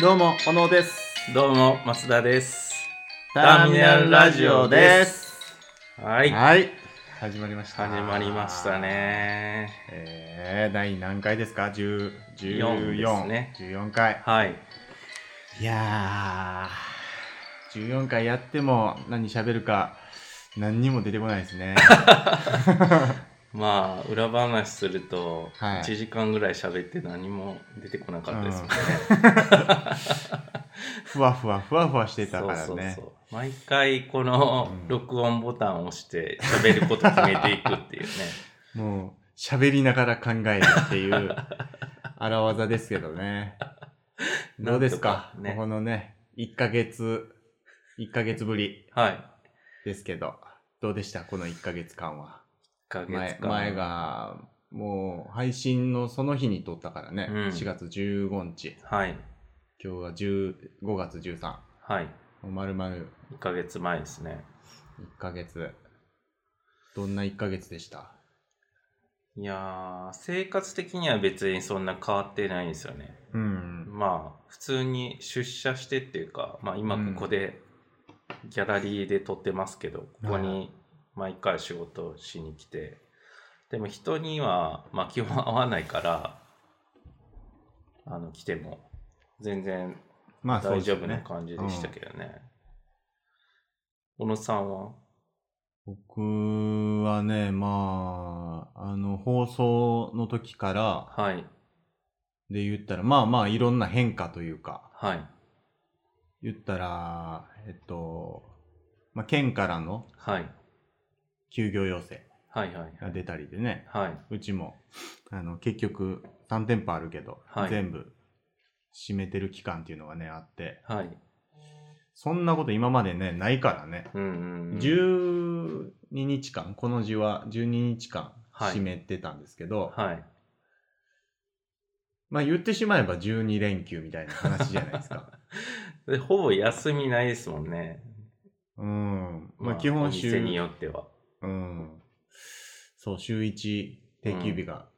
どうも、小野です。どうも、松田です。ターミナルラジオです。はい。はい。始まりました。始まりました。ね。えー、第何回ですか ?10、 14 14ですね14回。はい。いやー、14回やっても何喋るか何にも出てこないです ね。まあ、裏話すると、はい1時間ぐらい喋って何も出てこなかったですもんね。 ふわふわふわふわしてたからね。そうそうそう。毎回このうん録音ボタンを押して喋ること決めていく っていうね。もう、喋りながら考えるって いう、荒技ですけどね。どうですかなんとかねここのね、1ヶ月、1ヶ月ぶりはい。1ですけど、どうでしたこの1ヶ月間は。ヶ月前間。前。が、もう、配信のその日に撮ったからね、うん4月15日。はい。今日は10 5月13。はい。もう丸々1 1ヶ月前ですね。ヶ月。どんな1ヶ月でしたいやー、生活的には別にそんな変わってないんですよね。うん。まあ普通に出社してっていうか、まあ、今ここでギャラリーで撮ってますけど、ここに毎回仕事をしに来てでも人には、まあ、基本合わないからあの来ても全然まあ、そう大です丈よ夫ねな感じでしたけどね。小野さんは僕はね、まあ、あの、放送の時からはいで言ったら、まあまあいろんな変化というか、はい言ったら、えっと、まあ県からのはい休業要請はいはいが出たりでね、はい。うちも、あの、結局3店舗あるけど、はい全部閉めてる期間っていうのがね、あって、はい。そんなこと今までね、ないからね、うんうんうん。 12日間、この字は12日間はい閉めてたんですけど、はい。まあ言ってしまえば12連休みたいな話じゃないで すか。でほぼ休みないですもんね。うん。まあ基本お店に週、よっては。うん。そう、週1定休日が、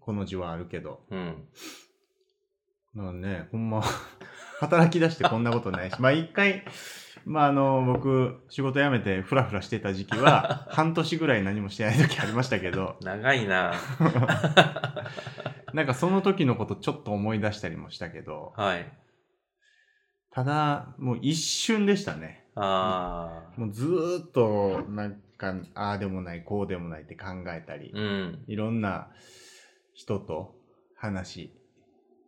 この字はあるけど、うん。まあね、ほんま、 働き出してこんなことないし、まあ一回、まああの、僕、仕事辞めてフラフラしてた時期 は、半年ぐらい何もしてない時ありましたけど、長い な。なんかその時のことちょっと思い出したりもしたけど、はい。ただ、もう一瞬でしたね。ああ。もうずーっと、なんか、ああでもない、こうでもないって考えたり、うん。いろんな人と話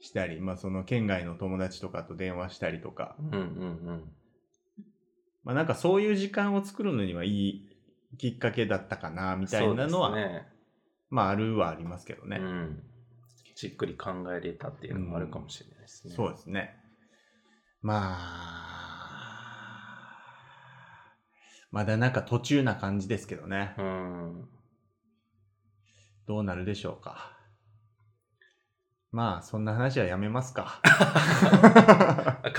したり、まあその県外の友達とかと電話したりとか、うんうんうん。まあなんかそういう時間を作るのにはいいきっかけだったかな、みたいなのは、そうですね。まああるはありますけどね。うん。じっくり考えれたっていうのもあるかもしれないですね。そう。うですね。まあ、まだなんか途中な感じですけどね。うん。 どうなるでしょうか。まあ、そんな話はやめますか。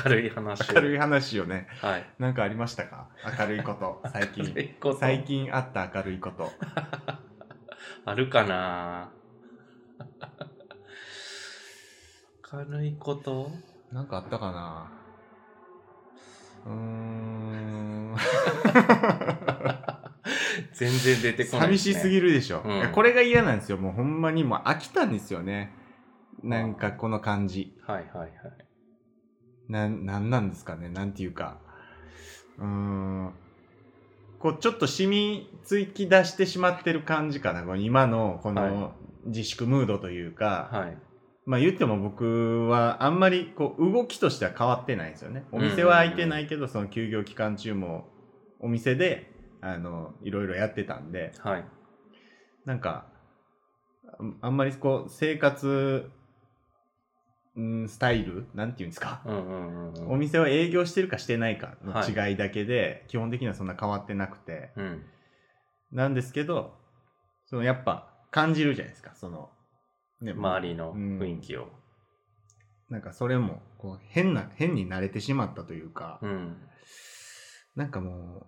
明るい話を。明るい話をね、はい。なんかありましたか明るいこと、最近明。るいこと最近あった明るいこと。あるかな明るいことなんかあったかなうーん。全然出てこない、寂しする。ぎるでしょ、うんいやこれが嫌なんですよ。もうほんまにもう飽きたんですよね。なんかこの感じ。はいはいはい。なん、なんなんですかねなんていうか。うーん。こう、ちょっと染みつき出してしまってる感じかな。この今の、こはの自粛ムードというか。はい。まあ言っても僕はあんまりこう動きとしては変わってないんですよね。お店は開いてないけど、その休業期間中もお店で、あの、いろいろやってたんで、はい。なんか、ああんまりこう生活、うんスタイルなんていうんですか。うんうんうんうおん。店は営業してるかしてないかの違いだけで、基本的にはそんな変わってなくて、うん。なんですけど、そのやっぱ感じるじゃないですか、その、ね周りの雰囲気を。なんかそれも、こう、変な、変に慣れてしまったというか、うん。なんかも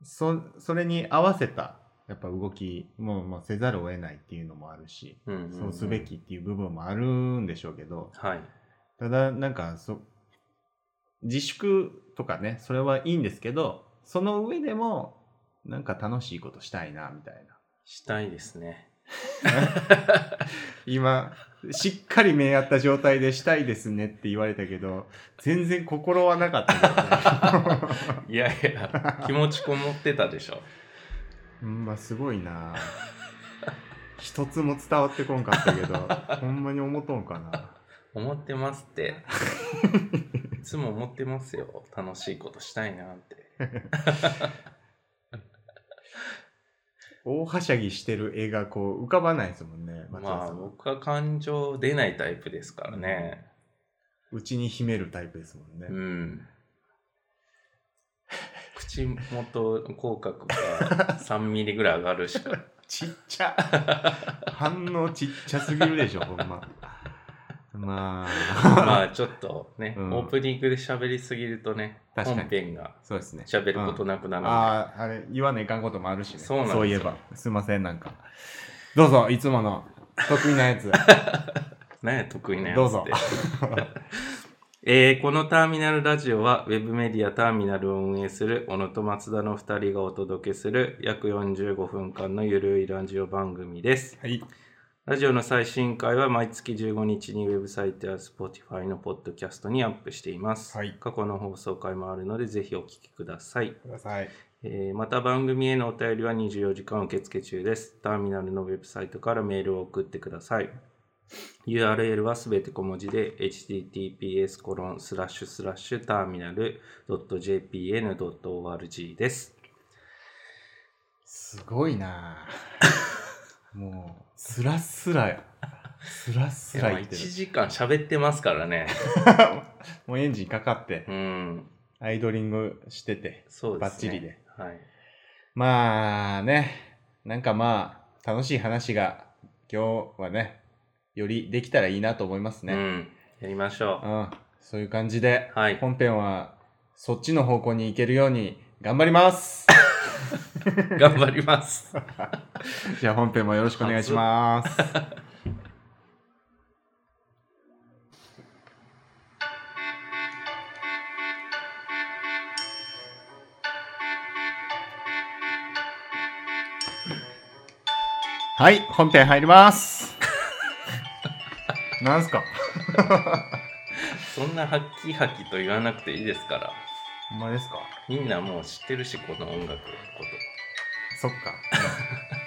う、そ、それに合わせた、やっぱ動きも、まあ、せざるを得ないっていうのもあるし、うんうんんそうすべ。きっていう部分もあるんでしょうけど、はい。ただ、なんか、そ、自粛とかね、それはいいんですけど、その上でも、なんか楽しいことしたいな、みたいな。したいですね。今、しっかり目合った状態でしたいですねって言われたけど、全然心はなか ったけどねいやいや、 気持ちこもってたでしょ。うん、まあすごいな。一つも伝わってこんかったけど、ほんまに思っとんかな。思ってますって。いつも思ってますよ。楽しいことしたいなって。大はしゃぎしてる絵がこう浮かばないですもんね、松ま田あさんは。僕は感情出ないタイプですからね。うちに秘めるタイプですもんね。うん。口元口角が3ミリぐらい上がるし か。ちっちゃ反応ちっちゃすぎるでしょ、ほんま。まあ、まあちょっとね、うんオープニングで喋りすぎるとね、確かに本編がそうですね。喋ることなくなるので、ああ、あれ、言わないかんこともあるしね。そうなんですよいえば。すいません、なんか。どうぞ、いつもの得意なやつ。何や得意なやつって。どうぞ えーこのターミナルラジオは、ウェブメディアターミナルを運営する小野と松田の2人がお届けする約45分間のゆるいラジオ番組です。はい。ラジオの最新回は毎月15日にウェブサイトや Spotify のポッドキャストにアップしています。はい過去の放送回もあるので、ぜひお聞きください。ください。えーまた番組へのお便りは24時間受付中です。ターミナルのウェブサイトからメールを送ってください。URL はすべて小文字で https コロンスラッシュスラッシュターミナル .jpn.org です。すごいなあもう、スラスラや。スラスラまあ言ってる。 1時間喋ってますからね。 もうエンジンかかってう、ん、アイドリングしてて。そうですね。バッチリで。はい。まあね、なんかまあ、楽しい話が今日はね、よりできたらいいなと思いますうね。ん。やりましょうん、そういう感じで、う。はい。本編はそっちの方向に行けるように頑張ります頑張ります。じゃあ本編もよろしくお願いします。はい、本編入ります。なんすかそんなハッキハキと言わなくていいですから。ほんまですかみんなもう知ってるし、この音楽のこそっか。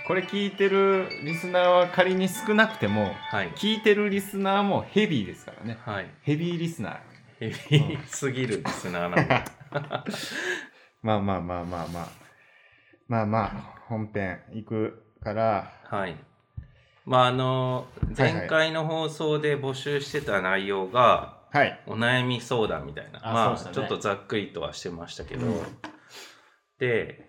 これ聞いてるリスナーは仮に少なくても、と。はい。聞いてるリスナーもヘビーですからね。はい。ヘビーリスナー。ヘビーすぎるですな、なん か。まあまあまあまあまあ。まあまあ、本編行くから、はい。まあ、あの、はいはい前回の放送で募集してた内容が、はい。お悩み相談みたいな。あまあ、そうでしちたょねっとざっくりとはしてましたけど、うんで、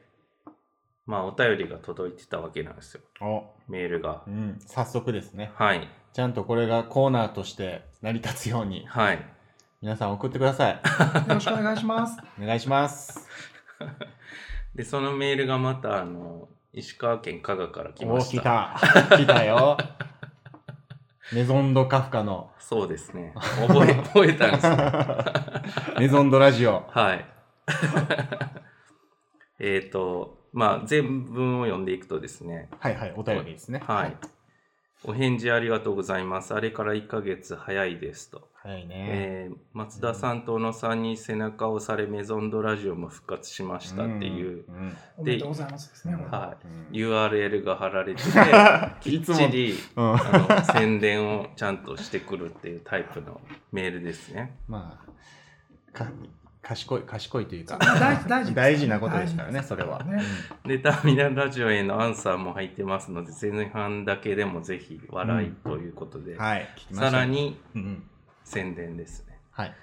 まあ、お便りが届いてたわけなんですよ。お、メールがう。ん、早速ですね。はい。ちゃんとこれがコーナーとして成り立つように、はい。皆さん送ってください。よろしくお願いします。 お願いします。で、そのメールがまた、あの、石川県加賀から来おまお、し来た。た。来たよ。メゾンドカフ カの、そうですね。覚え、覚えたんですね。メゾンドラジオ。はい。 えっと、まあ、全文を読んでいくとですね、はいはい、お便りですね。はい。。お返事ありがとうございます。あれから1ヶ月早いですと。早いね。えー松田さんと小野さんに背中を押され、メゾンドラジオも復活しましたっていううん。うんおめでとうございますですね。これはうん URL が貼られてて、 いきっつもちりうんあの宣伝をちゃんとしてくるっていうタイプのメールですね。まあ、か賢い、賢いというか、大事大 事大事なことですからね、それは。ねで、ターミナルラジオへのアンサーも入ってますので、前半だけでもぜひ笑いということで、うんはい、聞きましたさら、にうんうん宣伝ですね。はい、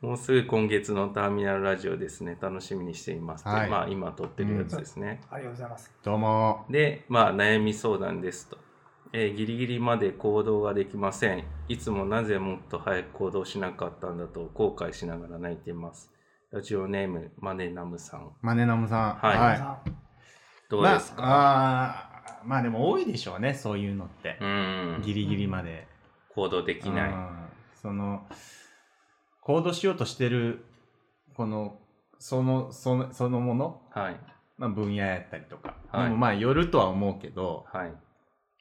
もうすぐ今月のターミナルラジオですね、楽しみにしていますって、はいまあ今撮ってるやつですね。ありがとうございます。どうも。で、まあ悩み相談ですと。えーギリギリまで行動ができません。いつもなぜもっと早く行動しなかったんだと後悔しながら泣いています。ラジオネーム、マネナムさん。マネナムさん。はいさあどうですか、まあ、あーまあでも多いでしょうね、そういうのって。うん。ギリギリまで。行動できない。うんその、行動しようとしてる、この、その、その、そのもの、はい。まあ、分野やったりとか、はいでもまあ、よるとは思うけど、はい。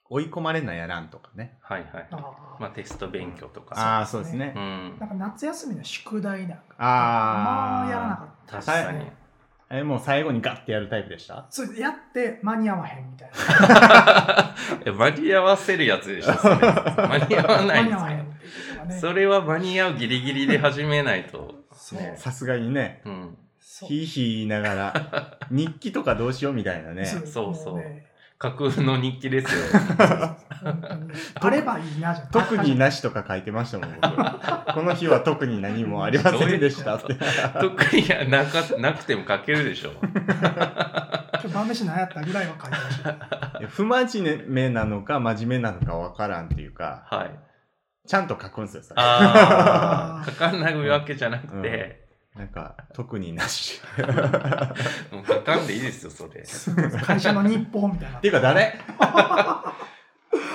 追い込まれなやらんとかね。はい。はい。あまあ、テスト勉強とか。ああー、そそううでですすねね。うんあ。なんか夏休みの宿題なんか。あーまあ、やらなかった。確かに。え、もう最後にガッてやるタイプでしたそう、やって間に合わへんみたいえ間に合わせるやつでしょ、 それ間に合わな。ない間んですかに合わへんっていうのがね。それは間に合うギリギリで始めないと。そうねさすがにね、うん。そうひいひい言いなが ら、日記とかどうしようみたいなね。そうそうもね架空の日記 ですよ。本当にあればいいなじゃん。特になしとか書いてましたもん、 僕。この日は特に何もありませんでしたって。特になかなくても書けるでしょ。今日晩飯何やったぐらいは書いてました。いや不真面目なのか真面目なのかわからんっていうか、はい。ちゃんと書くんですよ、それああ、あー書かないわけじゃなくて、なんか、特に なし。もう書かんでいいですよ、それ。すごい会社の日報みたいなって。いうか誰、あ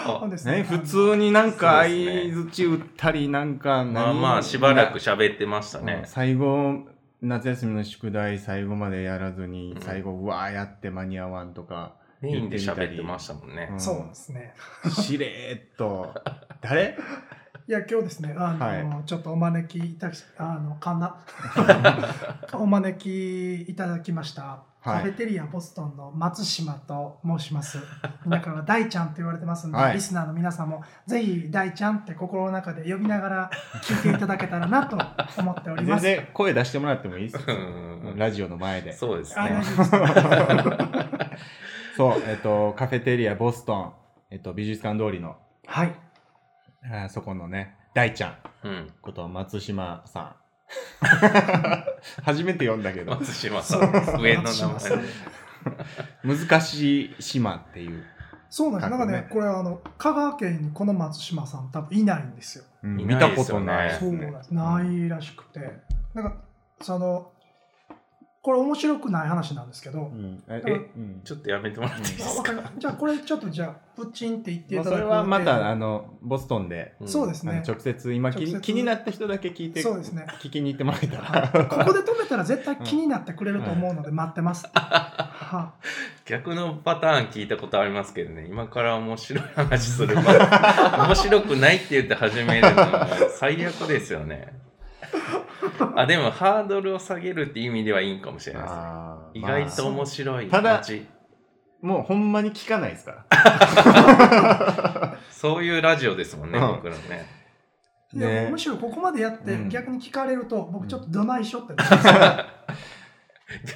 そうですね、ね普通になんかそうですね相槌打ったり、なんか何まあまあ、しばらく喋ってましたうねん。最後、夏休みの宿題最後までやらずにう、ん最後、うわーやって間に合わんとか、メインで喋ってましたもんねう。んそうなんですね。しれーっと、 誰いや、今日ですね、あの、ちょっとお招きいただき、あの、か な、お招きいただきました。はいカフェテリアボストンの松島と申します。だから、大ちゃんと言われてますんで、はいリスナーの皆さんも、ぜひ、大ちゃんって心の中で呼びながら聞いていただけたらなと思っており全ます。然声出してもらってもいいですうよんラジオの前で。そうですあね大。丈夫です そう、えっと、カフェテリアボストン、えっと、美術館通りの、はい。あーそこのね、大ちゃんうん。こと松島さん。 初めて読んだ けど、松島さん、上の名松島前さでん。難しい島っていう。そうなんです。なんなかんかねね、これ、あの、香川県にこの松島さん多分いないんですよ。うんい見なたいでこすよとねない。そうなんですないらしくて、なんかそのこれ面白くない話なんですけどう、んえ、えうんちょっとやめてもらっていいであすわかかりましたじゃあこれちょっとじゃあプチンって言っていまあただそくれはまた、程あの、ボストンで、度そうですあのね直接今気直に接気になった人だけ聞いてそうですね聞きに行ってもらえたらここで止めたら絶対気になってくれると思うので待ってます、は逆のパターン聞いたことありますけどね、今から面白い話するから、 面白くないって言って始めるのは最悪ですよね。あ、でもハードルを下げるって意味ではいいんかもしれないですね。あー意外と面白いただ街もうほんまに聞かないですからそういうラジオですもんね、うん僕らね。いねでもむしろここまでやってうん逆に聞かれると僕ちょっとどないしょって、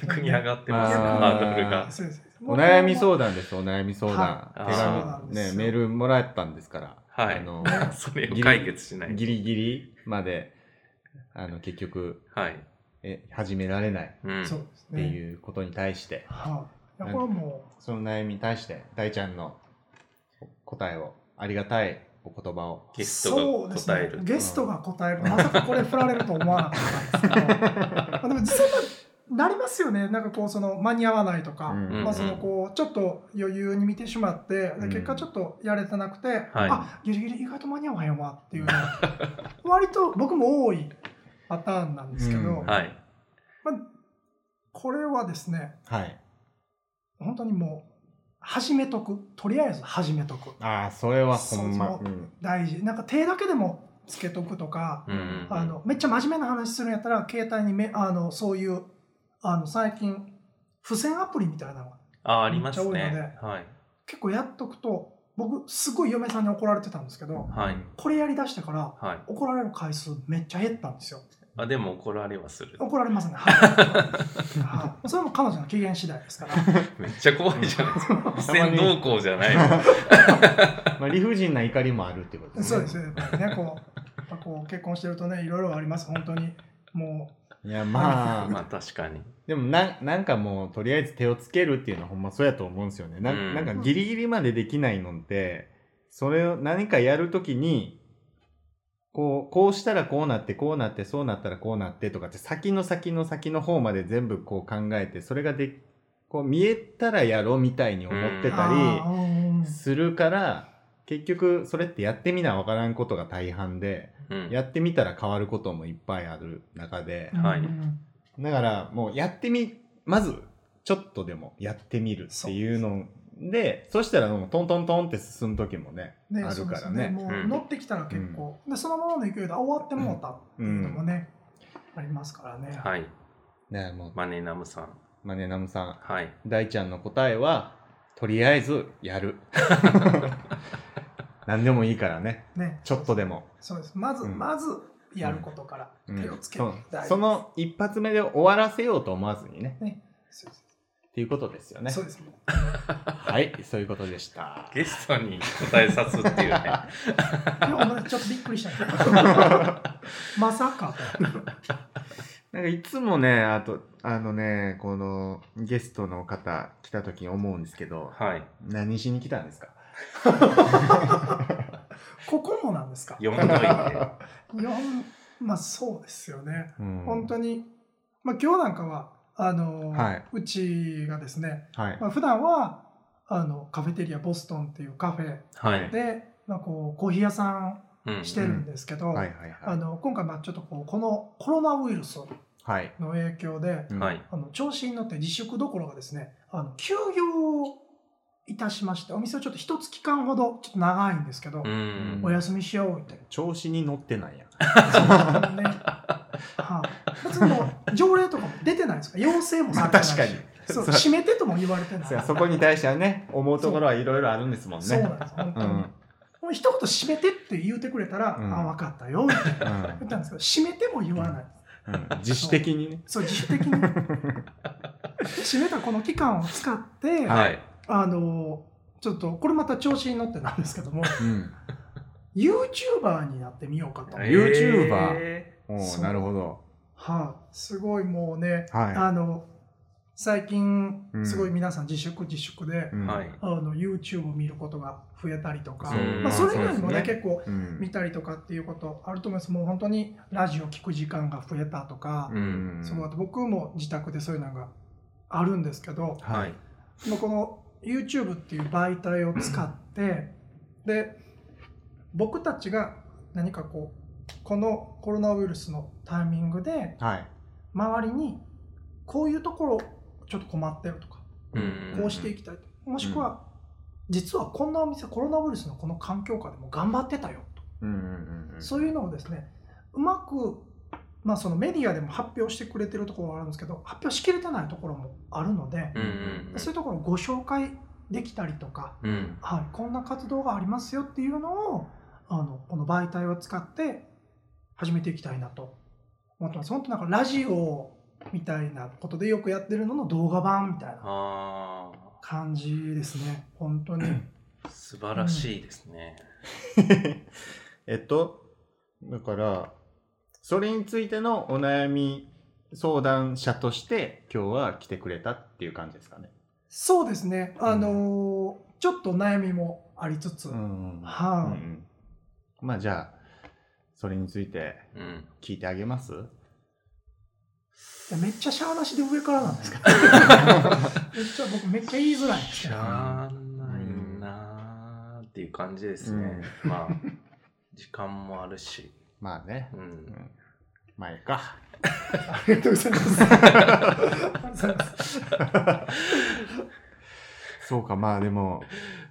逆に上がってます、まあハードルが。そうです お悩みう相談ですお悩み相談、はい手あ紙ねーメールもらったんですから、はいあのそれを解決しないと。ギリギリまであの結局はい。え始められないっうん。そうですてねいうことに対して、はいいやこれはもその悩みに対して大ちゃんの答えをありがたいお言葉をうゲストが答えそうでする。ね、ゲストが答えるまさかこれ振られると思わなか ったんですけどまあでも実際なりますよねなんかこうその間に合わないとか、うんまあ、そのこうちょっと余裕に見てしまって、うんで結果ちょっとやれてなくて、はいあギリギリ意外と間に合わへんわっていうのは割と僕も多いパターンなんですけど、うんまあ、はい。これはですねはい本当にもう始めとくとりあえず始めとくああそれはほんまそうそん 大事なんか手だけでもつけとくとか、うんうんうんあのめっちゃ真面目な話するんやったら携帯にめあのそういうあの最近付箋アプリみたいなのがあ、ありますめっちゃ多いねの。はい。結構やっとくと僕すごい嫁さんに怒られてたんですけどはいこれやりだしてからはい。怒られる回数めっちゃ減ったんですよあ、でも怒られはする。怒られますねはいはいそれも彼女の機嫌次第ですからめっちゃ怖いじゃないですか。不たま戦に動向じゃない の。まあ、理不尽な怒りもあるってことそうですねやっぱりねこうやっぱこう結婚してるとねいろいろあります本当にもいやまあ、まあ確かに。でもななんかもうとりあえず手をつけるっていうのはほんまそうやと思うんですよねな,、うんん、なんかギリギリまでできないのってそれを何かやるときにこうこうしたらこうなってこうなってそうなったらこうなってとかって先の先の先の方まで全部こう考えてそれがでこう見えたらやろうみたいに思ってうたあーうんうんりするから、結局それってやってみな分からんことが大半で、うんやってみたら変わることもいっぱいある中でう、んはいうんだからもうやってみまずちょっとでもやってみるっていうのでそしたらもうトントントンって進む時もねねあそるうでかすらね。ねもううん乗ってきたら結構、でそのままの勢いであ終わってもうたっていうのもね、ありますからね。はい。ねもうマネナムさん。マネナムさんはい。大ちゃんの答えはとりあえずや る何でもいいからねねちょっとでも、そうです。まず、うんまずやることからうん手をつけそて、う大事その一発目で終わらせようと思わずにねそうですっていうことですよねそうです もはいそういうことでしたゲストに答えさすっていうね。う。でもなんかちょっとびっくりした。まさかなんかいつもねあとあのねこのゲストの方来た時に思うんですけどはい。何しに来たんですかと。ここもなんですか。読むといて。いやまあそうですよね。本当にに、まあ、今日なんかはあの、はいうちがですね、はい、まあ普段はあのカフェテリアボストンっていうカフェはい。で、まあ、こうコーヒー屋さんうんしてるんですけど、はいはいあはいの今回まあちょっとこうこのコロナウイルスはいの影響で、うんはい。あの調子に乗って自粛どころかですねあの休業いたしましてお店をちょっと一月間ほどちょっと長いんですけど、うんお。休みしようって調子に乗ってないやそうなんだね はい別にもう条例とかも出てないですか要請もされてないし、まあ確かにそうそう締めてとも言われてないそやそこに対してはね思うところはいろいろあるんですもんねそうなんです本当に、もう一言締めてって言うてくれたら、うんあ分かったよってうん言ったんですけど締めても言わない、うん自主的にねそう自 主的に締めたこの期間を使って、はい。あのちょっとこれまた調子に乗ってなんですけ どもうん、 YouTuber になってみようかと、え YouTuber えおーそうなるほどはい、すごいもうねはあの最近うんすごい皆さん自粛自粛でーい、、うんはい。あの YouTube を見ることが増えたりとか、そうまあ、それ以まあ外にもねそうですね結構うん見たりとかっていうことあると思いますもう本当にラジオ聞く時間が増えたとか、うん。そうあと僕も自宅でそういうのがあるんですけどはい。まあこの YouTube っていう媒体を使ってで僕たちが何かこうこのコロナウイルスのタイミングではい周りにこういうところちょっと困ってるとかうんこうしていきたいともしくは、実はこんなお店コロナウイルスのこの環境下でも頑張ってたよと、うんうんうんそういうのをですねうまく、まあ、そのメディアでも発表してくれてるところはあるんですけど発表しきれてないところもあるのでう、んそういうところをご紹介できたりとか、うん。うん。はい、こんな活動がありますよっていうのをあのこの媒体を使って始めていきたいなと思ってます。本当なんかラジオみたいなことでよくやってるのの動画版みたいなあ感じですね。本当に。あ。素晴らしいですね。 えっと、だから、それについてのお悩み相談者として、今日は来てくれたっていう感じですかね。そうですね。あのーちょっと悩みもありつつ、んうはい、んまあじゃあ、それについてうん。聞いてあげますいやめっちゃしゃーなしで上からなんで すけど。めっちゃ僕めっちゃ言いづらいんですしけど。ゃあないなーっていう感じですね。まあ、時間もあるし。まあねう。。うんんまあいいか。ありがとうございます。ありがとう ございます。 そうか、まあでも、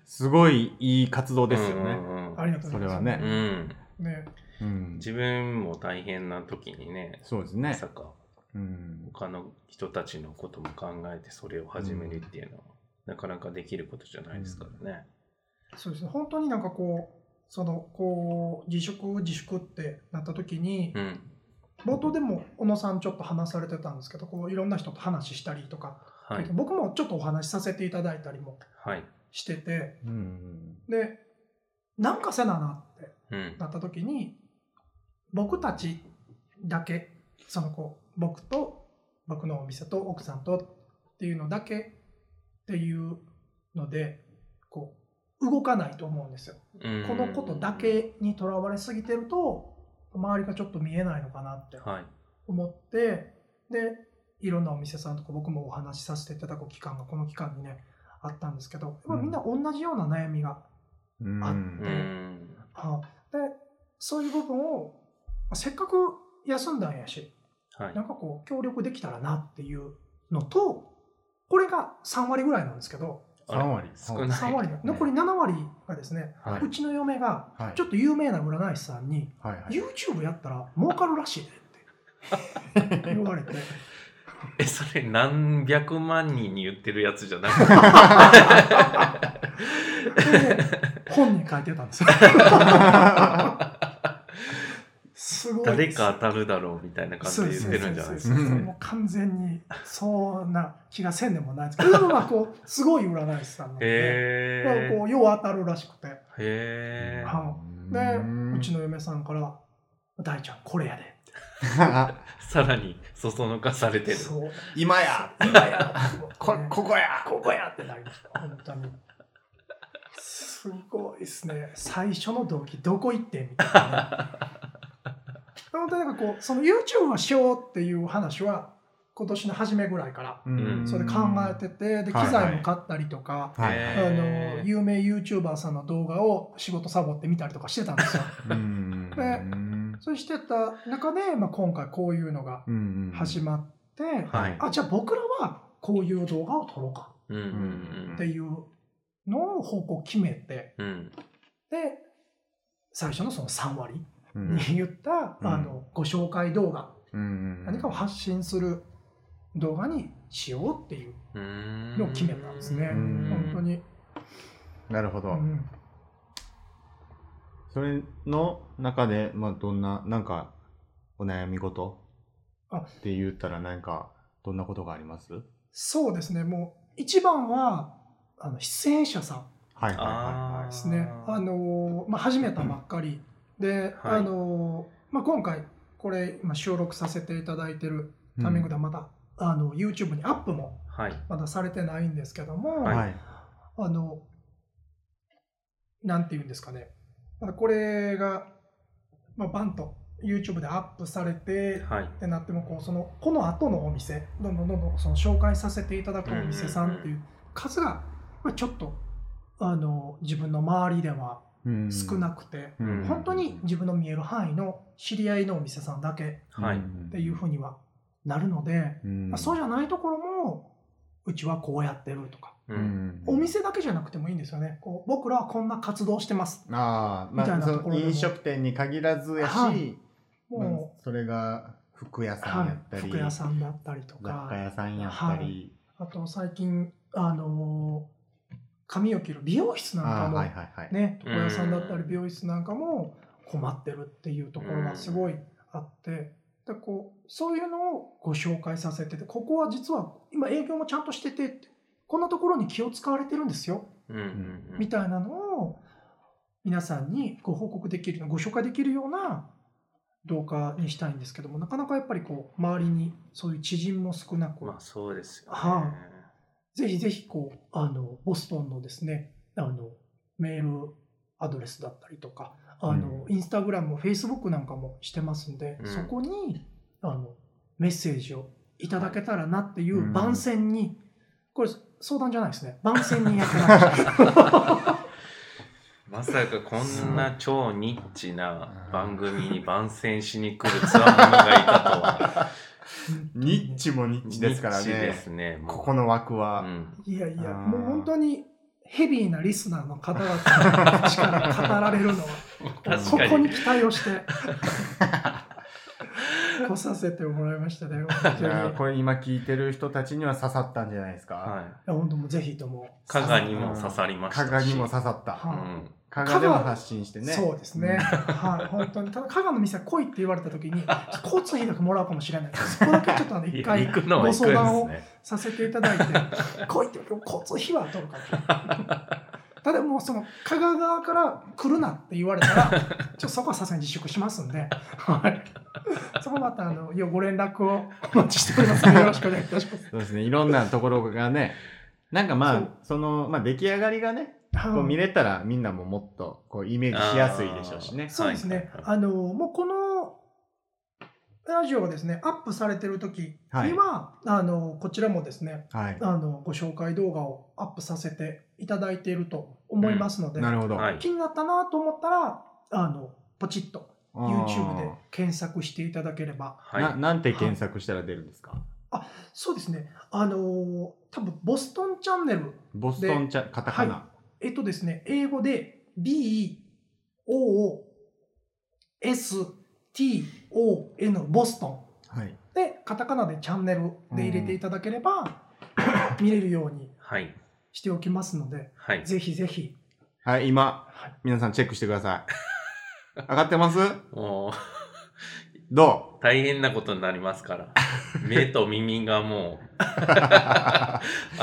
すごいいい活動ですようね。んうんうんありがとうございます。それはねう。ん。ねうん。自分も大変な時にね、そうですまねさ。かうん。他の人たちのことも考えてそれを始めるっていうのは、なかなかできることじゃないですからね。そうですね。本当になんかこう、そのこう自粛自粛ってなった時に、うん。冒頭でも小野さんちょっと話されてたんですけど、こういろんな人と話したりとか、はい。僕もちょっとお話しさせていただいたりもはい。してて、うん。で、なんかせななってうん。なった時に、僕たちだけ、そのこう僕と僕のお店と奥さんとっていうのだけっていうので、こう動かないと思うんですよ。このことだけにとらわれすぎてると周りがちょっと見えないのかなってはい。思ってでいろんなお店さんとか僕もお話しさせていただく期間がこの期間にねあったんですけどやっぱみんな同じような悩みがうんあうねん。あでそういう部分をまあせっかく休んだんやしはいな。んかこう協力できたらなっていうのとこれが3割ぐらいなんですけど3割。少はいない。 3割の残り7割がですねはいうちの嫁がはいちょっと有名な占い師さんにはいはい YouTube やったら儲かるらしいでっ て言われてえ、それ何百万人に言ってるやつじゃなくそれで本に書いてたんです よ すごい誰か当たるだろうみたいな感じで言ってるんじゃないですか。そうそうそうそううんもう完全にそんな気がせんでもないんですけどでもまあこうすごい占い師さんなので、へだからこえ。うよう当たるらしくてへえ。はでうちの嫁さんから「大ちゃんこれやでさらにそそのかされ」てる。 そう 今や今やこここやここやってなりました本当にすごいですね最初の動機どこ行ってんみたいな、 ね、本当になんかこうその YouTube はしようっていう話は今年の初めぐらいからうんそれ考えててで機はい材も買ったりとか、はいはいへーあの有名 YouTuber さんの動画を仕事サボって見たりとかしてた んですようんでそうしてた中で、まあ、今回こういうのがうん始まって、はい。あじゃあ僕らはこういう動画を撮ろうかうんうんっていうのを方向決めてうん。うん。で最初のその3割うんに言った、うんあのご紹介動画うん何かを発信する動画にしようっていううーんのを決めたんですね、うん本当。に、なるほど、うんそれの中で、まあ、どんななんかお悩み事あって言ったらなんかどんなことがありますはいそうですねもう一番はあの出演者さんはいはいあはあ。ですねあのーまあ、始めたばっかりで、はいあのーまあ、今回これ今収録させていただいてるいタイミングではまだ、あの YouTube にアップもはい。まだされてないんですけども、うんはいあの、なんて言うんですかね。まだこれが、まあ、バンと YouTube でアップされて、はい。ってなってもこうそのこの後のお店どんどんどんどんその紹介させていただくお店さんっていう数がまあちょっとあの自分の周りではうん少なくて、うん本当に自分の見える範囲の知り合いのお店さんだけっはい。ていうふうにはなるので、うんまあそうじゃないところもうちはこうやってるとかう。うんんお店だけじゃなくてもいいんですよね。こう僕らはこんな活動してます。ああまみたいあなそとこのろでも飲食店に限らずやし、はいまもあそれが服屋う、さんはやったい、り、服屋さんだったりと雑貨か、屋さんやったり、あと最近、あのー髪を切る美容室なんあかあも、はいはいはい、ね、床屋さんだったりうん美容室なんかも困ってるっていうところがすごいあって、でこうそういうのをご紹介させてて、ここは実は今営業もちゃんとしててって、こんなところに気を使われてるんですようんうんうん。みたいなのを皆さんにご報告できるご紹介できるような動画にしたいんですけどもなかなかやっぱりこう周りにそういう知人も少なく、まあそうですよ、ね。はぜひぜひこうあのボストンのですねあのメールアドレスだったりとかあの、インスタグラムフェイスブックなんかもしてますんで、うんそこにあのメッセージをいただけたらなっていうんう番宣に、これ相談じゃないですね番宣にやってました まさかこんな超ニッチな番組に番宣しに来るつわものがいたとは。ニッチもニッチですからニッチでねすね。もうここの枠は、うん。いやいや、あーもう本当にヘビーなリスナーの方々の口から語られるのは、確こかこに。に期待をして、来させてもらいましたね、い本当に。いややーこれ今聞いてる人たちには刺さったんじゃないですか、はい。本当もうぜひとも。加賀にも刺さりました加し。賀にも刺さったうはん。加賀でも発信してねそうですね。はい、本当に。ただ、香川の店は来いって言われた時に、交通費だけもらうかもしれない。そこだけちょっとあ のい一や回行くのは行くんご相で談すをね。させていただいて、来いって言われても交通費は取るから。ただもうその香川側から来るなって言われたら、ちょっとそこはさすがに自粛しますんで、はい、そこまたあのよご連絡をお待ちしておりますので、よろしくお願いいたします。そうですねいろんなところがねなんかまあそうその、まあ、出来上がりがねはいこう見れたらみんなももっとこうイメージしやすいでしょうしねそうですね、はいあのもうこのラジオがですね、アップされてる時には、あのこちらもですね、はいあのご紹介動画をアップさせていただいていると思いますので、なるほど。はあい。気になったなと思ったら、あの、ポチッとー YouTube で検索していただければ、はい。ななんて検索したら出るんですかそうですね、あのー多分ボストンチャンネル、ボストンチャカタカナ。えっとですね、英語で B、O、S、T、O、N、ボストン。はい。で、カタカナでチャンネルで入れていただければ、見れるようにはい。しておきますので、はい。ぜひぜひ。はい、今はい、皆さんチェックしてください。上がってますもどうう、大変なことになります から。目と耳がもう、あ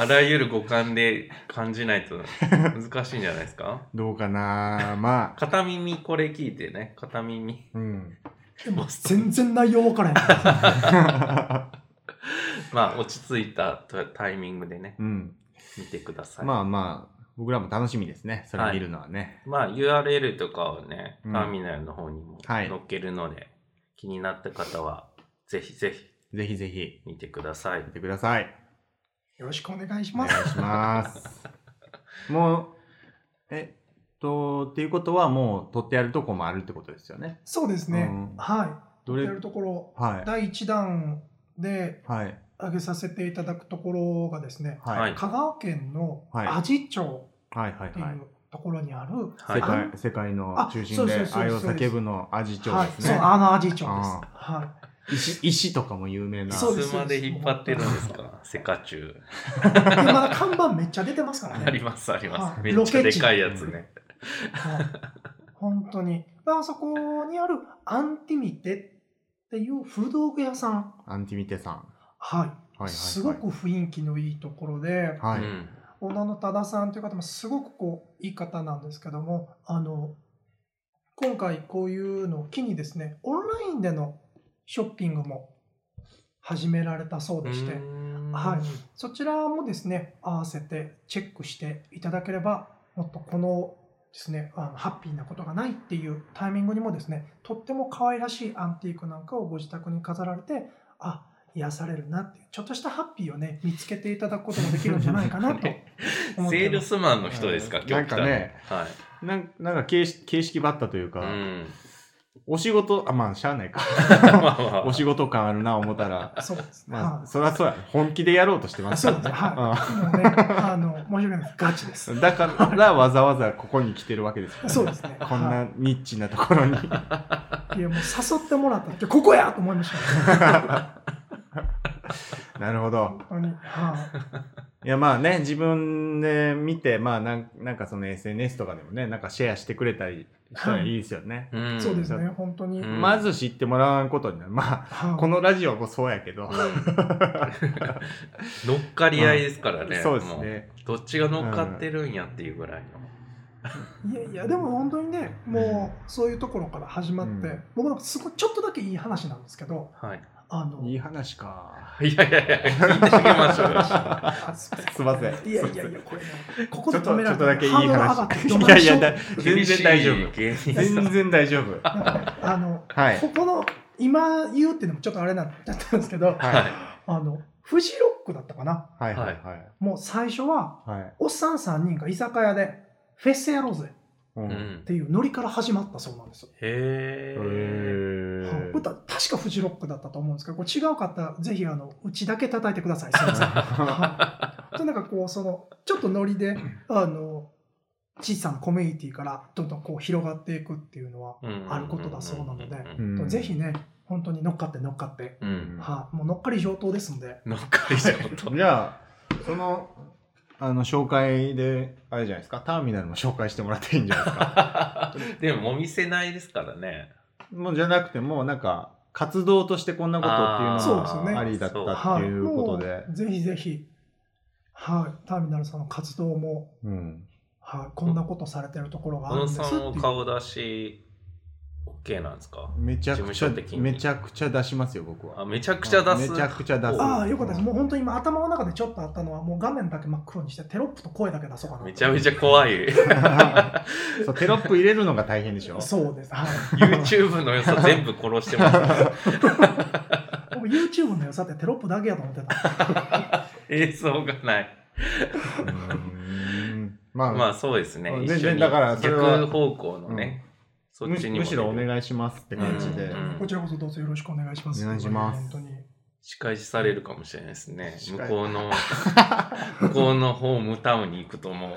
らゆる五感で感じないと難しいんじゃないですかどうかなまあ、片耳これ聞いてね。片耳。うん。 でも全然内容分からへん。まあ、落ち着いたタタイミングでね、うん。見てください。まあまあ、僕らも楽しみですね。それ見るのはね。まあ URL とかをね、うんターミナルの方にもはい載っけるので、気になった方は、ぜひぜひぜひぜひ、見てください見。てください。よろしくお願いしお願まいす。します。もう、えっと、っていうことはもう取ってやるとこもあるってことですよね。そうですね。うんはどい。れや、るところ、はい。第1弾ではい。挙げさせていただくところがですね、ははいい。香川県のはい阿治町はい。はい。といはいうところにある、はい世界世界の中心であそうそうそうそう愛を叫ぶのアジ長はい、ですそう、ね。あのアジ町です。あは石石とかも有名な。そうですいつまで引っ張ってるんですか、セカチュウ。い。でまだ看板めっちゃ出てます からありね。ます、ありまあす。めっちゃでかいやつロケね。はい、本当に。だからそこにあるアンティミテっていう古道具屋さん。アンティミテさん。ははい。いはい、はい。すごく雰囲気のいいところで、はい。うんオーナーの多田さんという方もすごくこういい方なんですけどもあの今回こういうのを機にですねオンラインでのショッピングも始められたそうでして、うーんはいそちらもですね合わせてチェックしていただければもっとこのですねあのハッピーなことがないっていうタイミングにもですねとっても可愛らしいアンティークなんかをご自宅に飾られてあ癒されるなっていうちょっとしたハッピーをね見つけていただくこともできるんじゃないかなと思 っセてーまルす。スマンの人ですか、うん今日来たのなんかね。はい。なんなんか形式形式ばったというか、うん。お仕事、あ、まあ、しゃあな いか。まあまあ お仕事感あるな、思ったら。そうですね。まはあ、そりゃそうや。本気でやろうとしてい、ますそうかですね。らね。はい。もうね、あの、申し訳ないです。ガチですう。んだから、わざわざここに来てるわけですよねそうですね。こんはなニッチなとこ ろに。 い。いや、もう誘ってもらったって、ここやと思いました。なるほど。本当に。はいやまあね、自分で見て、まあなんなんかその SNS とかでもね、なんかシェアしてくれたりしたらいいですよね。 うんい。そうですね。本当に。うんまず知ってもらわんことになる。まはあ、いこのラジオもそうやけう。んど 乗っかり合いですからね。そうですもうね。どっちが乗っかってるんやっていうぐらいの。いやいやでも本当にねもうそういうところから始まって、うん僕なんかすごいちょっとだけいい話なんですけどはい。 あのいい話か。いやいやいや、聞いてあげましょうよ。 あすいますいません。せんいやいやいやこれねここちょでっとち止ょめらっれとだけいいハードル上がって話。いどなやんいしょや、うだ全然大丈厳しい夫。芸人さん全然大丈夫。なんかあの、はいここの今言うっていうのもちょっとあれなんだったんですけどは。あのフジロックだったかないはいはいはい。もう最初ははい。おっさん3人が居酒屋でフェスやろうぜう。うんんっ。ていうノリから始まったそうなんですよへへー。ー歌確かフジロックだったと思うんですけどこれ違うかったらぜひあのうちだけ叩いてくださいすい ませんはいとなんかこうそのちょっとノリであの小さなコミュニティからどんどんこう広がっていくっていうのは、あることだそうなのでううん ぜひね本当に乗っかって乗っかって、ん。はいもう乗っかり上等ですんで乗っかりじゃこと。じゃあ、その、あの、紹介で、あれじゃないですか、ターミナルも紹介してもらっていいんじゃないで すか。 でも、もみせないですからね。もうじゃなくて、もうなんか、活動としてこんなことっていうのあーはそうですよねありだったそうっていうことではいもうぜひぜひはいターミナルさんの活動もうん。はいこんなことされてるところがあ小るん野ですさっんもていう顔出し、OK なんですかめちゃ事く務ちゃ所的、にめちゃくちゃ出しますよ、僕あは。めちゃくちゃ出す。めちゃくちゃ出すああよかったですもう本当に今頭の中でちょっとあったのはもう画面だけ真っ黒にしてテロップと声だけ出そうかなとめちゃめちゃ怖い。 そうテロップ入れるのが大変でしょ。そうです。はい YouTube の良さ全部殺して ます。僕 YouTube の良さってテロップだけやと思ってた。映像がない。うーんまあ、まあそうですね。うん一全緒然にだからそれは逆方向のね、そむっちにも、ね、むしろお願いしますって感じで、うんうんこちらこそどうぞよろしくお願いします。お願いします本当に。仕返しされるかもしれないですね。仕向返しこうの、向こうのホームタウンに行くともう、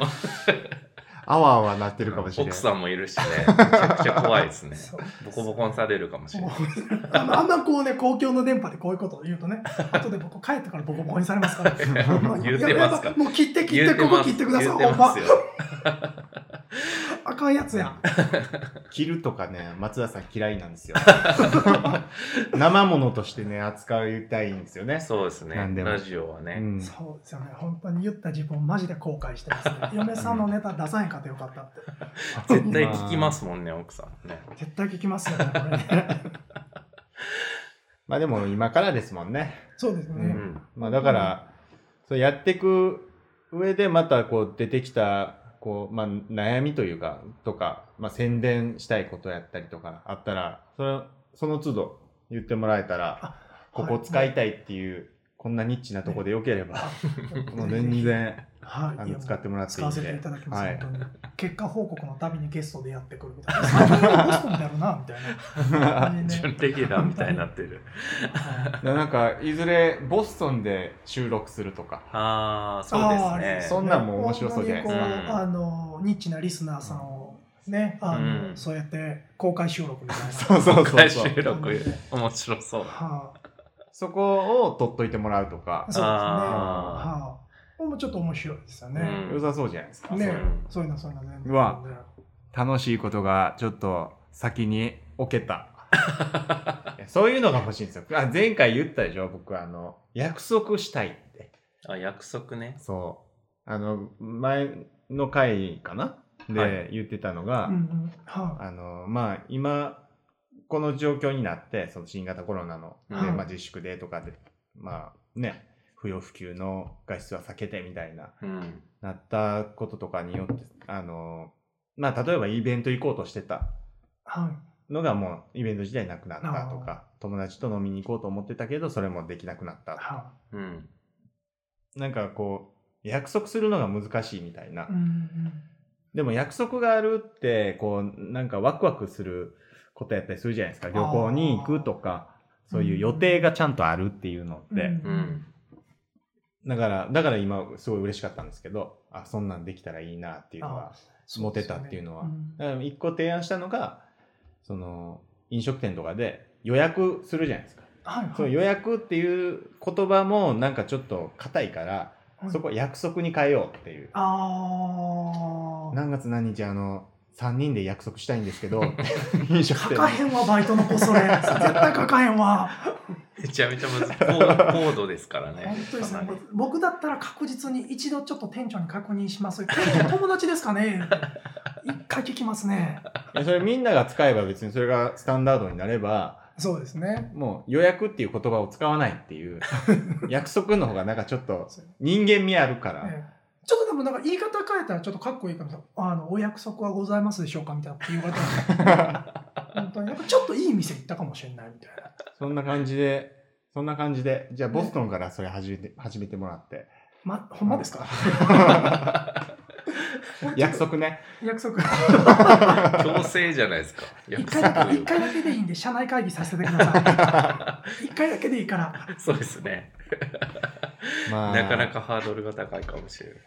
あわあわなってるかもしれない。奥さんもい るしね、めちゃくちゃ怖いですね。そうボコボコにされるかもしれもうない。あのあんまこうね、公共の電波でこういうことを 言うとね、後で僕帰ってからボコボコにされますから。ほんに言うてますかやばいやばいもう切って切っ言て、うてここま切すってください。言うてほんまますよ。あかんやつ や。切るとかね、松田さん嫌いなんですよ。 生ものとしてね、扱いたいんですよね。そうですねなんで。もラジオはうね。んそうですよね。本当に言った自分、マジで後悔してますね。嫁さんのネタ出さへんかってよかったって。絶対聞きま。すもんね、奥さんもね。絶対聞きますよね、これね。まあでも今からですもんね。そうですね。ううん。まあだから、そうやっていく上でまたこう出てきた、こう、まあ悩みというか、とか、まあ宣伝したいことやったりとかあったら、それその都度言ってもらえたら、ここ使いたいっていう、こんなニッチなとこでよければ、もう全 然。はあいいのや、使ってもらって使いいわんせていでただきます、はい本当に結果報告のたびにゲストでやってくるみたいな。そんな ことどうしたんだろうな、みたいな本当にね。準レギュラーみたいになって る。はいななんかいずれボストンで収録するとかああ、あそうーでねすそね。んなんも面白そうじゃないですかほんまにこうあのニッチなリスナーさんをね、あのうんそうやって公開収録みたいな。 そうそうそう回そ収う録、面白そう。はそこを取っといてもらうとかあ、そうですね。はああ、これもちょっと面白いですよね。うん良さそうじゃないですかねうんそういうのそういうの全うわ楽しいことがちょっと先に置け たいやそういうのが欲しいんですよあ前回言ったでしょ僕あの約束したいってああ、約束ね。そうあの前の回かなで、はい言ってたのが、うんうんはあのまあ今この状況になってその新型コロナの、ではいまあ、自粛でとかでまあね不要不急の外出は避けてみたいなうん。なったこととかによってあのまあ例えばイベント行こうとしてたあはのがもうイベント自体なくなったとか友達と飲みに行こうと思ってたけどそれもできなくなっいたはうん。なんかこう約束するのが難しいみたいな、い。うんうんでも約束があるって、こう、なんかワクワクすることやったりするじゃないですか。旅行に行くとか、そういう予定がちゃんとあるっていうのって。うんうん。だから、だから今すごい嬉しかったんですけど、あ、そんなんできたらいいなっていうのあは、そモうでテすよたねっていうのは。んだから一個提案したのが、その、飲食店とかで予約するじゃないですか。はいはいその予約っていう言葉もなんかちょっと硬いから、はいそこ約束に変えようっていう。ああ。何月何日あの3人で約束したいんですけ ど飲食書店かへんわ、バイトの子それ。 絶対書かへんわ。 めちゃめちゃ難しい。高高度ですからね本。当ですねかなり。僕だったら確実に一度ちょっと店長に確認します。店長友達ですか ね一回聞きますね。いやそれみんなが使えば別にそれがスタンダードになればそうですね。もう予約っていう言葉を使わないっていう 約束の方がなんかちょっと人間味あるから、ええちょっとでもなんか言い方変えたらちょっとかっこいいかもしれない。あの、お約束はございますでしょうかみたいなって言われた ら、本当になんかちょっといい店行ったかもしれないみたいな。そんな感じでそんな感じでじゃあボストンからそれ始めて始めてもらってま、ほんまですか約束ね約束。強制じゃないですか。一約回束だけ、一回だけでいいんで、社内会議させてください。一回だけでいいから。そうですね。まあなかなかハードルが高いかもしれない。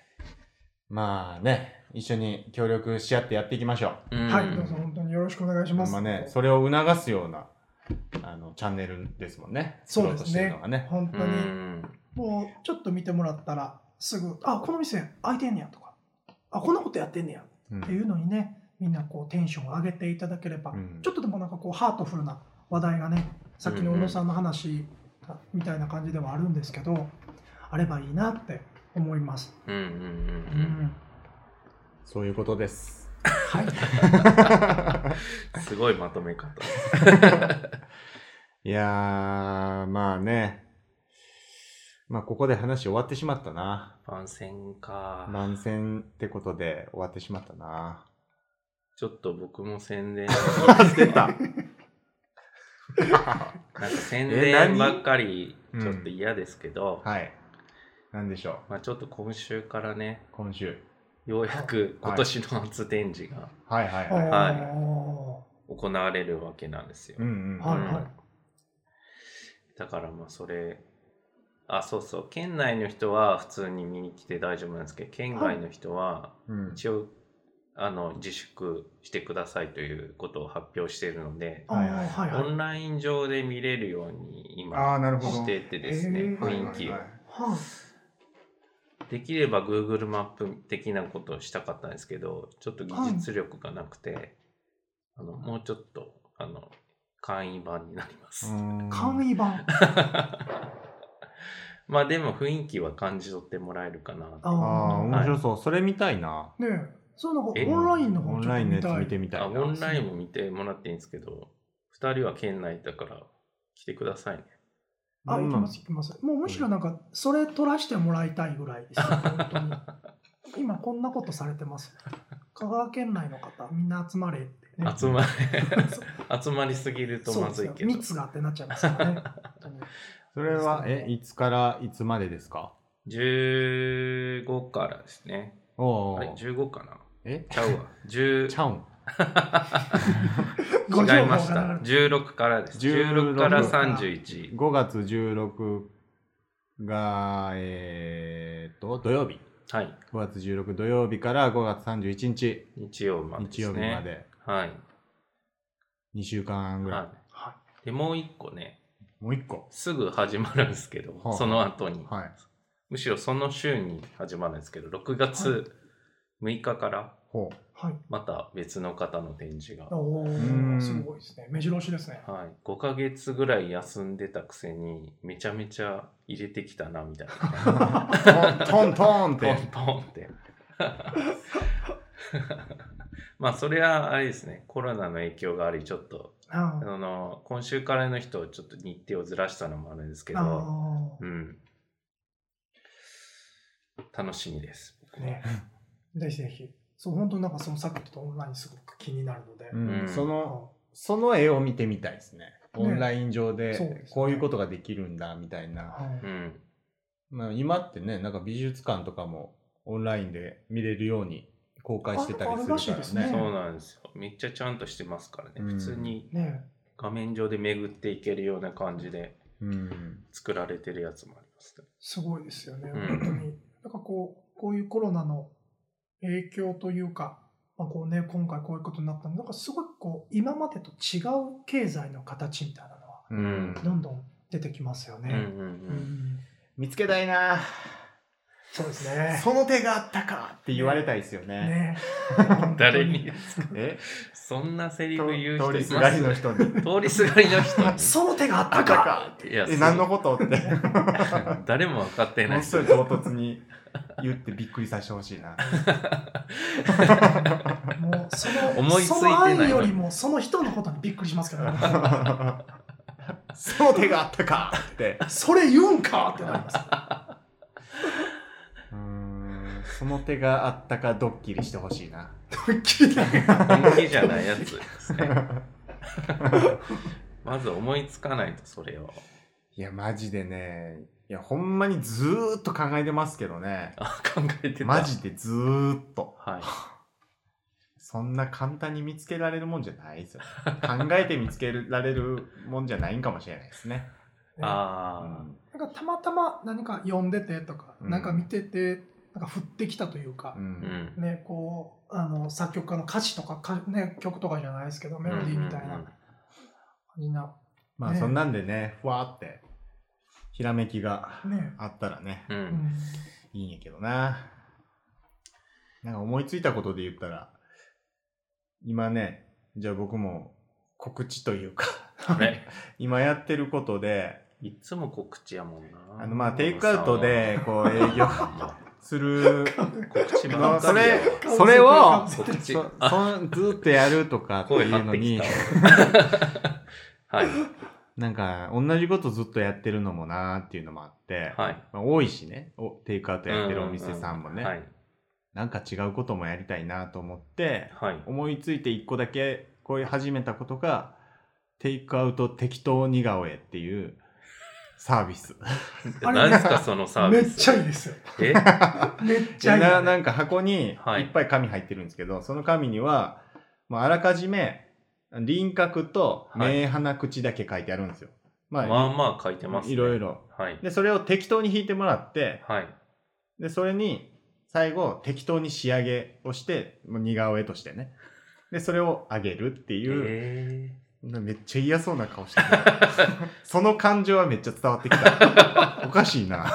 まあね一緒に協力し合ってやっていきましょうんはい、どうぞ本当によろしくお願いしうます。まあねそれを促すようなあのチャンネルですもんね作そろううでとすしてるねのがね。本当うに、ん。もうちょっと見てもらったらすぐ「あこの店開いてんねや」とか「あこんなことやってんねや」うんっていうのにねみんなこうテンションを上げていただければ、うんちょっとでもなんかこうハートフルな話題がねさっきのうんう小ん野さんの話みたいな感じではあるんですけど、あればいいなって思います。うんうんうんううんんそういうことです。はい、すごいまとめ方。 いやー、まあね。まあ、ここで話終わってしまったな。番宣か。番宣ってことで終わってしまったな。ちょっと僕も宣 伝。忘れた。なんか宣え何伝ばっかりちょっと嫌ですけど、はい。なんでしょう。まあちょっと今週からね、今週。ようやく今年の初展示がはいはいおはい。はいお行われるわけなんですよ。うんうん。ーはいはういんだからまあそれあそうそう県内の人は普通に見に来て大丈夫なんですけど県外の人はうん一応、あの自粛してくださいということを発表しているのであーはいはいはいはいオンライン上で見れるようにああ、今なるほど。しててですねへー雰囲気をはいはできれば Google マップ的なことをしたかったんですけどちょっと技術力がなくて、あのもうちょっとあの簡易版になります。い簡易版 まあでも雰囲気は感じ取ってもらえるかなってああー、あ面白そう。それ見たいな。ーねえそのえオンラインの方オンちょラっインのとや見つた見ていみたあいオな。ンラインも見てもらっていいんですけど2人は県内だから来てくださいねあう行んきます行きますもうむしろなんかそれ取らしてもらいたいぐらい ですよ本当に今こんなことされてます香川県内の方みんな集まれってね 集まそう集まりすぎるとそうまですずいよけど密がってなっちゃいますからね本当にそれは、え、いつからいつまでですか15からですねおあれお。 15かなえちゃうわ10ちゃうん。ご情 違い報がました流れて16からです16から31 5月16が、えーっと、土曜日。はい5月16土曜日から5月31日、日曜までで日す曜日まねではい、 2週間ぐらい。ははいい、でもう一個ねもう1個。すぐ始まるんですけど、はあその後に、はい。むしろその週に始まるんですけど6月6日からほはいまた別の方の展示が、はおーんおすごいですね目白押しですねい、5ヶ月ぐらい休んでたくせにめちゃめちゃ入れてきたなみたいなう。トントントンっポてン。ポンって まあそれはあれですねコロナの影響がありちょっとああの今週からの人をちょっと日程をずらしたのもあるんですけあど、あうん、楽しみですあねぜひぜひそう本当になんかそのさっき言ったオンラインすごく気になるので、うんうんその、あその絵を見てみたいですね。オンライン上そうですでねこういうことができるんだみたいな。あうんまあ、今ってね、なんか美術館とかもオンラインで見れるように公開してたりああるらすしいるかですらねね。そうなんですよ。めっちゃちゃんとしてますからね。うん普通にね画面上で巡っていけるような感じでうん。作られてるやつもあります、ね。すごいですよね、うん本当に。なんかこう、こういうコロナの影響というか、まあこうね、今回こういうことになったのなんかすごくこう、今までと違う経済の形みたいなのは、うんん。どんどん出てきますようんね。うんう。うんん見つけたいなそうですね。その手があったかって言われたいですよね。ね。 誰にですかえそんなセリフ通言う人りいすまがすりの人 に。通りすがりの人本当にその手があった赤かかいやえ、何のことって。そう誰も分かってもないのすごい唐突に言ってびっくりさせてほしいな。もうその、思いついてそないの愛よりも、その人のことにびっくりしますから、ね、その手があったかって。それ言うんかってなります。うーんその手があったかドッキリしてほしいな。本気じゃないやつですねまず思いつかないとそれをいや、マジでね。いや、ほんまにずーっと考えてますけどね。あ考えてたマジでずーっと。はいそんな簡単に見つけられるもんじゃないですよ。考えて見つけられるもんじゃないんかもしれないですね。うあんなんかたまたま何か読んでてとか、うんなんか見ててなんか降ってきたというかう、あうんんねこうあの作曲家の歌詞とかか、ね、曲とかじゃないですけどメロディーみたいうんうんうなんみんなまあ、ねそんなんでね、ふわーって、ひらめきがね、あったらね、うんう、ん、いいんやけどな。なんか思いついたことで言ったら、今ね、じゃあ僕も告知というか、 ね今やってることで、いつも告知やもんなあの、まあ、テイクアウトで、こう、営 業する、告知ばのっかそりやれわ、それを、そ完成告知そんずっとやるとかって声い張うっのてきにた、わ はいなんか、同じことずっとやってるのもなーっていうのもあって、はいまあ、多いしね、おテイクアウトやってるお店さんもね、ううはいなんか違うこともやりたいなと思って、はい思いついて一個だけこういう始めたことが、テイクアウト適当似顔絵っていう、サービス。あれ何ですか、そのサーめビっちス。ゃいいですよ。えめっちじゃゃあいい、なよねなんか箱にいっはいぱい紙入ってるんですけど、その紙には、まあ、あらかじめ輪郭とは目鼻口だけ書いてあるんですよ。まあ、まあまあ書いてます、ね。いろい。ろ。はい。でそれを適当に引いてもらってはい。でそれに最後適当に仕上げをしてもう似顔絵としてねでそれをあげるっていう、えなめっちゃ嫌そうな顔 してるその感情はめっちゃ伝わってきたおかしい な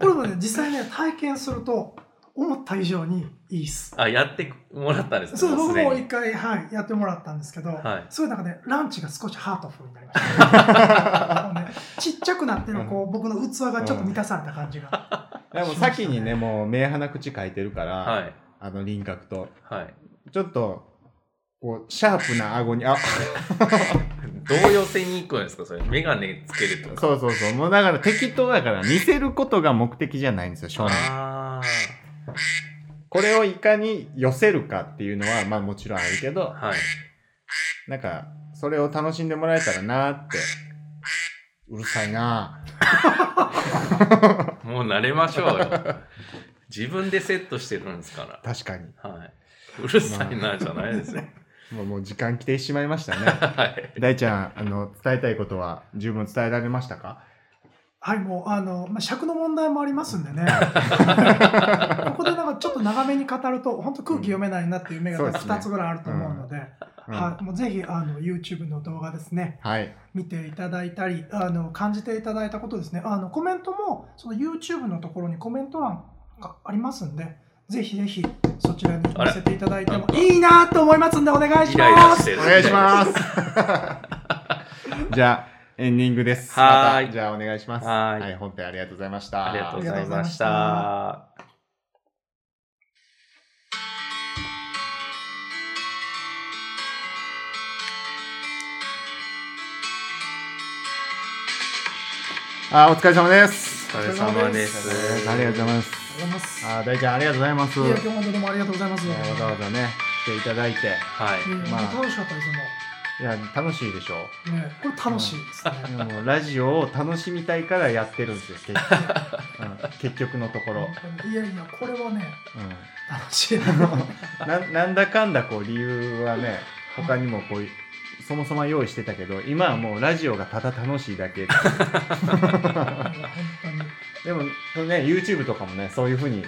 これもね、実際ね、体験すると、思った以上にいいっす。ー、あ、やってもらったんですねそう、もう僕すでもに一回、はい、やってもらったんですけど、はいそういう中で、ランチが少しハートフルになりました。もう ねちっちゃくなってる、こう、僕の器がちょっと満たされた感じが。でも先にねもう目鼻口書いてるから、はい。あの輪郭とはい。ちょっとこうシャープな顎に あどう寄せに行くんですかそれ。メガネつけるとか。そうそうそうもうだから適当だから見せることが目的じゃないんですよ少年あこれをいかに寄せるかっていうのはまあもちろんあるけどあ。はい。なんか、それを楽しんでもらえたらなーって。うるさいなもう慣れましょうよ。自分でセットしてるんですかー確かに。ら。はい。うるさいな、じゃないですよ。もうもう時間来てしまいました ね。はい。大ちゃん、あの、伝えたいことは十分伝えられましたかはい、もう、あの、まあ、尺の問題もあります んでね。ここでなんかちょっと長めに語ると、本当空気読めないなっていう目がうんそうですね2つぐらいあると思うので、うんはい、もうぜひ、あの、YouTube の動画ですね、はい。見ていただいたりあの感じていただいたことですねあのコメントもその YouTube のところにコメント欄がありますんでぜひぜひそちらにあ載れせていただいてもなんかいいなと思いますんでお願いしイライラましすてる。お願いし ます。じゃあ、エンディングです。はーいまたじゃあ、お願いします。はーい本編ありがとうございました。ありがとうございましありがとうた。あーお疲れ様です。お疲れ様です。ありがとうございます。ありがとうございますあー大ちゃん、ありがとうございます。いや今日もどうもありがとうございます、ねわざわざね、来ていただいて。はい。うんまあ楽しかったですもいや、楽しいでしょうねこれ楽しいですね、でもラジオを楽しみたいからやってるんですよ結 局,うん、結局のところ、本当にいやいやこれはねう楽しい ん、ななんだかんだこう理由はね他にもこういそもそも用意してたけど今はもうラジオがただ楽しいだ けっていう本でもそのね YouTube とかもねそういう風に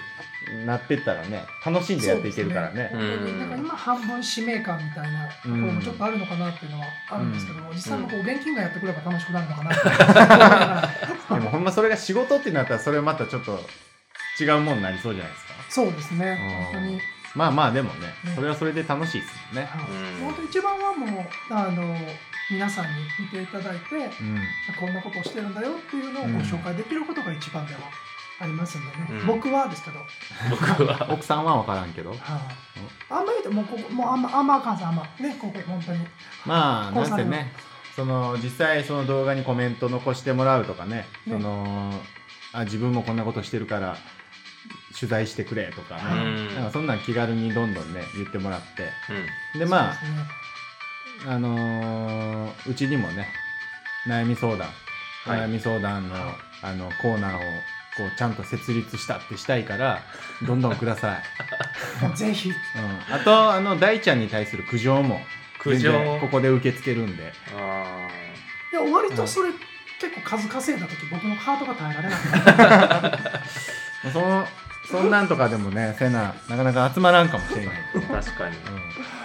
なってったらね楽し当んにでやっていけるからねそうですねなんか今半分使命感みたいなところもちょっとあるのかなっていうのはあるんですけど、実際のこう現金がやってくれば楽しくなるのかなって でもほんまそれが仕事ってなったらそれまたちょっと違うもんになりそうじゃないですかそうですうね、ん本当に。まあまあでもねそれはそれで楽しいですもんねはいうん本当一番はもう、あの、皆さんに見ていただいて、うんこんなことをしてるんだよっていうのをごうん紹介できることが一番ではありますんでね。うん僕はですけど、僕は。奥さんは分からんけどはいあんまり言うと、もうここ、もうあんま、あんまあかんさん、あんま、ね、ここ、本当に。まあコなウさんんせのねその実際その動画にコメント残してもらうとかねねそのあ自分もこんなことしてるから取材してくれとかうね、ん。なんかそんなん気軽にどんどんね言ってもらってうんでまあそ うですねあのーうちにもね悩み相談、はい悩み相談のはいあのコーナーをこうちゃんと設立したってしたい からどんどんください、もうぜひ、うん、あとあの大ちゃんに対する苦情も苦情。全然ここで受け付けるんであいや、割とそれ、結構数稼いだ時、僕のハートが耐えられな まくて。あそのそんなんとかでもねせななかなか集まらんかもしれないけど、あ。確かに。う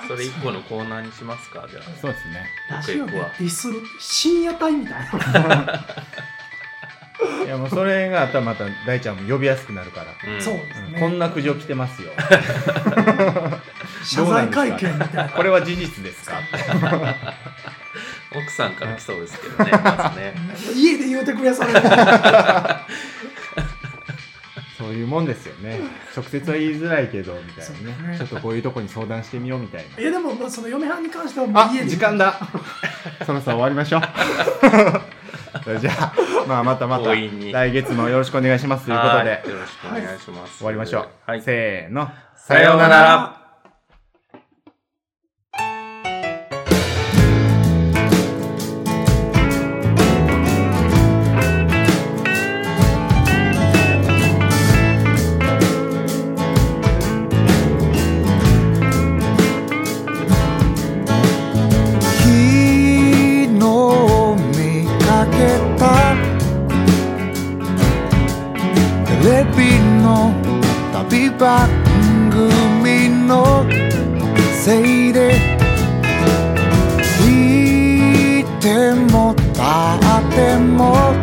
それ一個のコーナーにしますか、じゃん、そうですねラジオ僕でデはィスる深夜帯みたいな。いやもうそれがあったらまた大ちゃんも呼びやすくなるから、あ。ん そうですうんね。こんな苦情来てます よ謝罪会見みたい な。これは事実ですか奥さんから来そうですけどね、まずね。 家で言うてくれそれ。はそういうもんですよね直接は言いづらいけどみたいそうでなすねねちょっとこういうとこに相談してみようみたいいやでもまあその嫁はんに関してはもなう家あで時間だそろそろ終わりまし ょうそれじゃあ、まあ、またまた強引に来月もよろしくお願いしますというこはとでいよろしくお願いします。終わりましょう、はい。せーのさようなら。 「レビの旅番組のせいでいてもたっても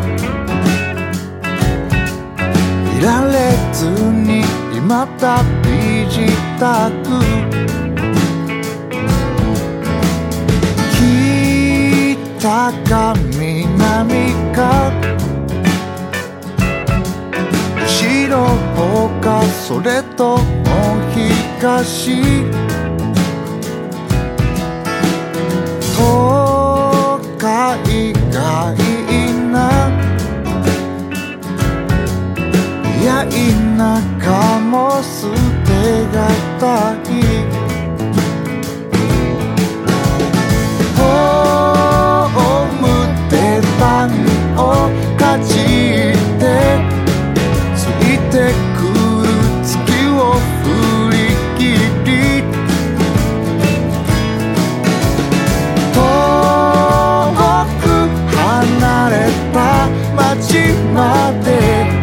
いられずに今旅自宅北か南か後ろ方かそれとも東東海がいいないや田舎も捨てがたいホームでパンをかじってついてくる月を振り切り遠く離れた街まで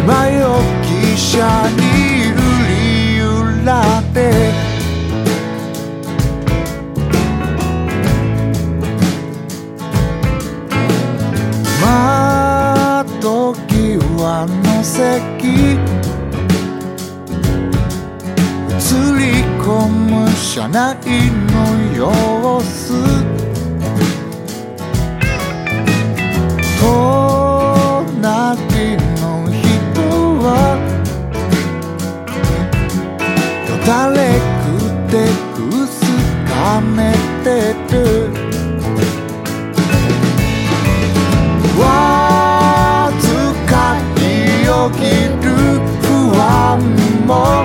今よ汽車にいる理由らって窓際の席映り込む車内の様子隣の人はよだれくてくすかめてるわずかに起きる不安も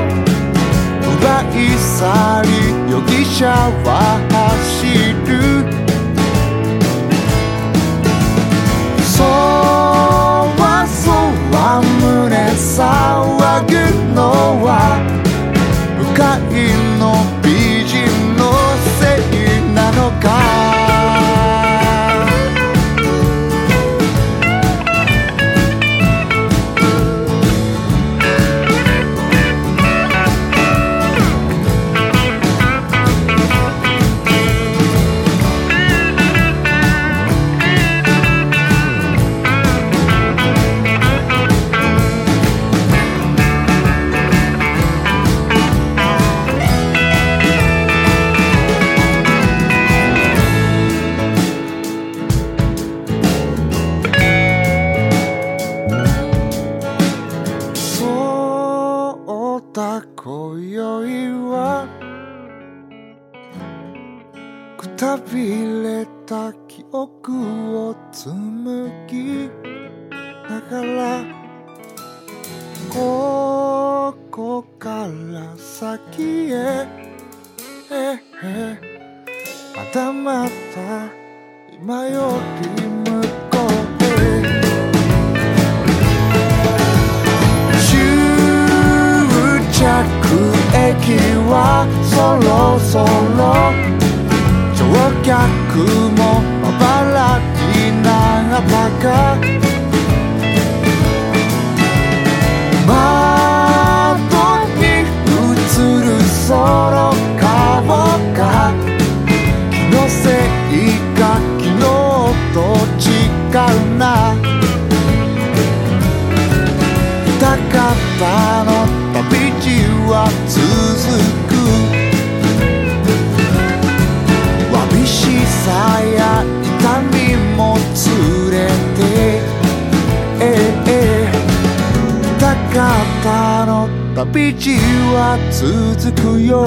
奪い去り容疑者は走るそわそわ胸騒ぐのは向かいの美人のせいなのかそうだ今宵はくたびれた記憶を紡ぎながらここから先へええまたまた今より向こうへ終着駅はそろそろ乗客もまばらになったか窓に映るその顔が気のせいか昨日と違うな高田の旅路は続くわびしさや痛みも連れて、ええ、高田の旅路は続くよ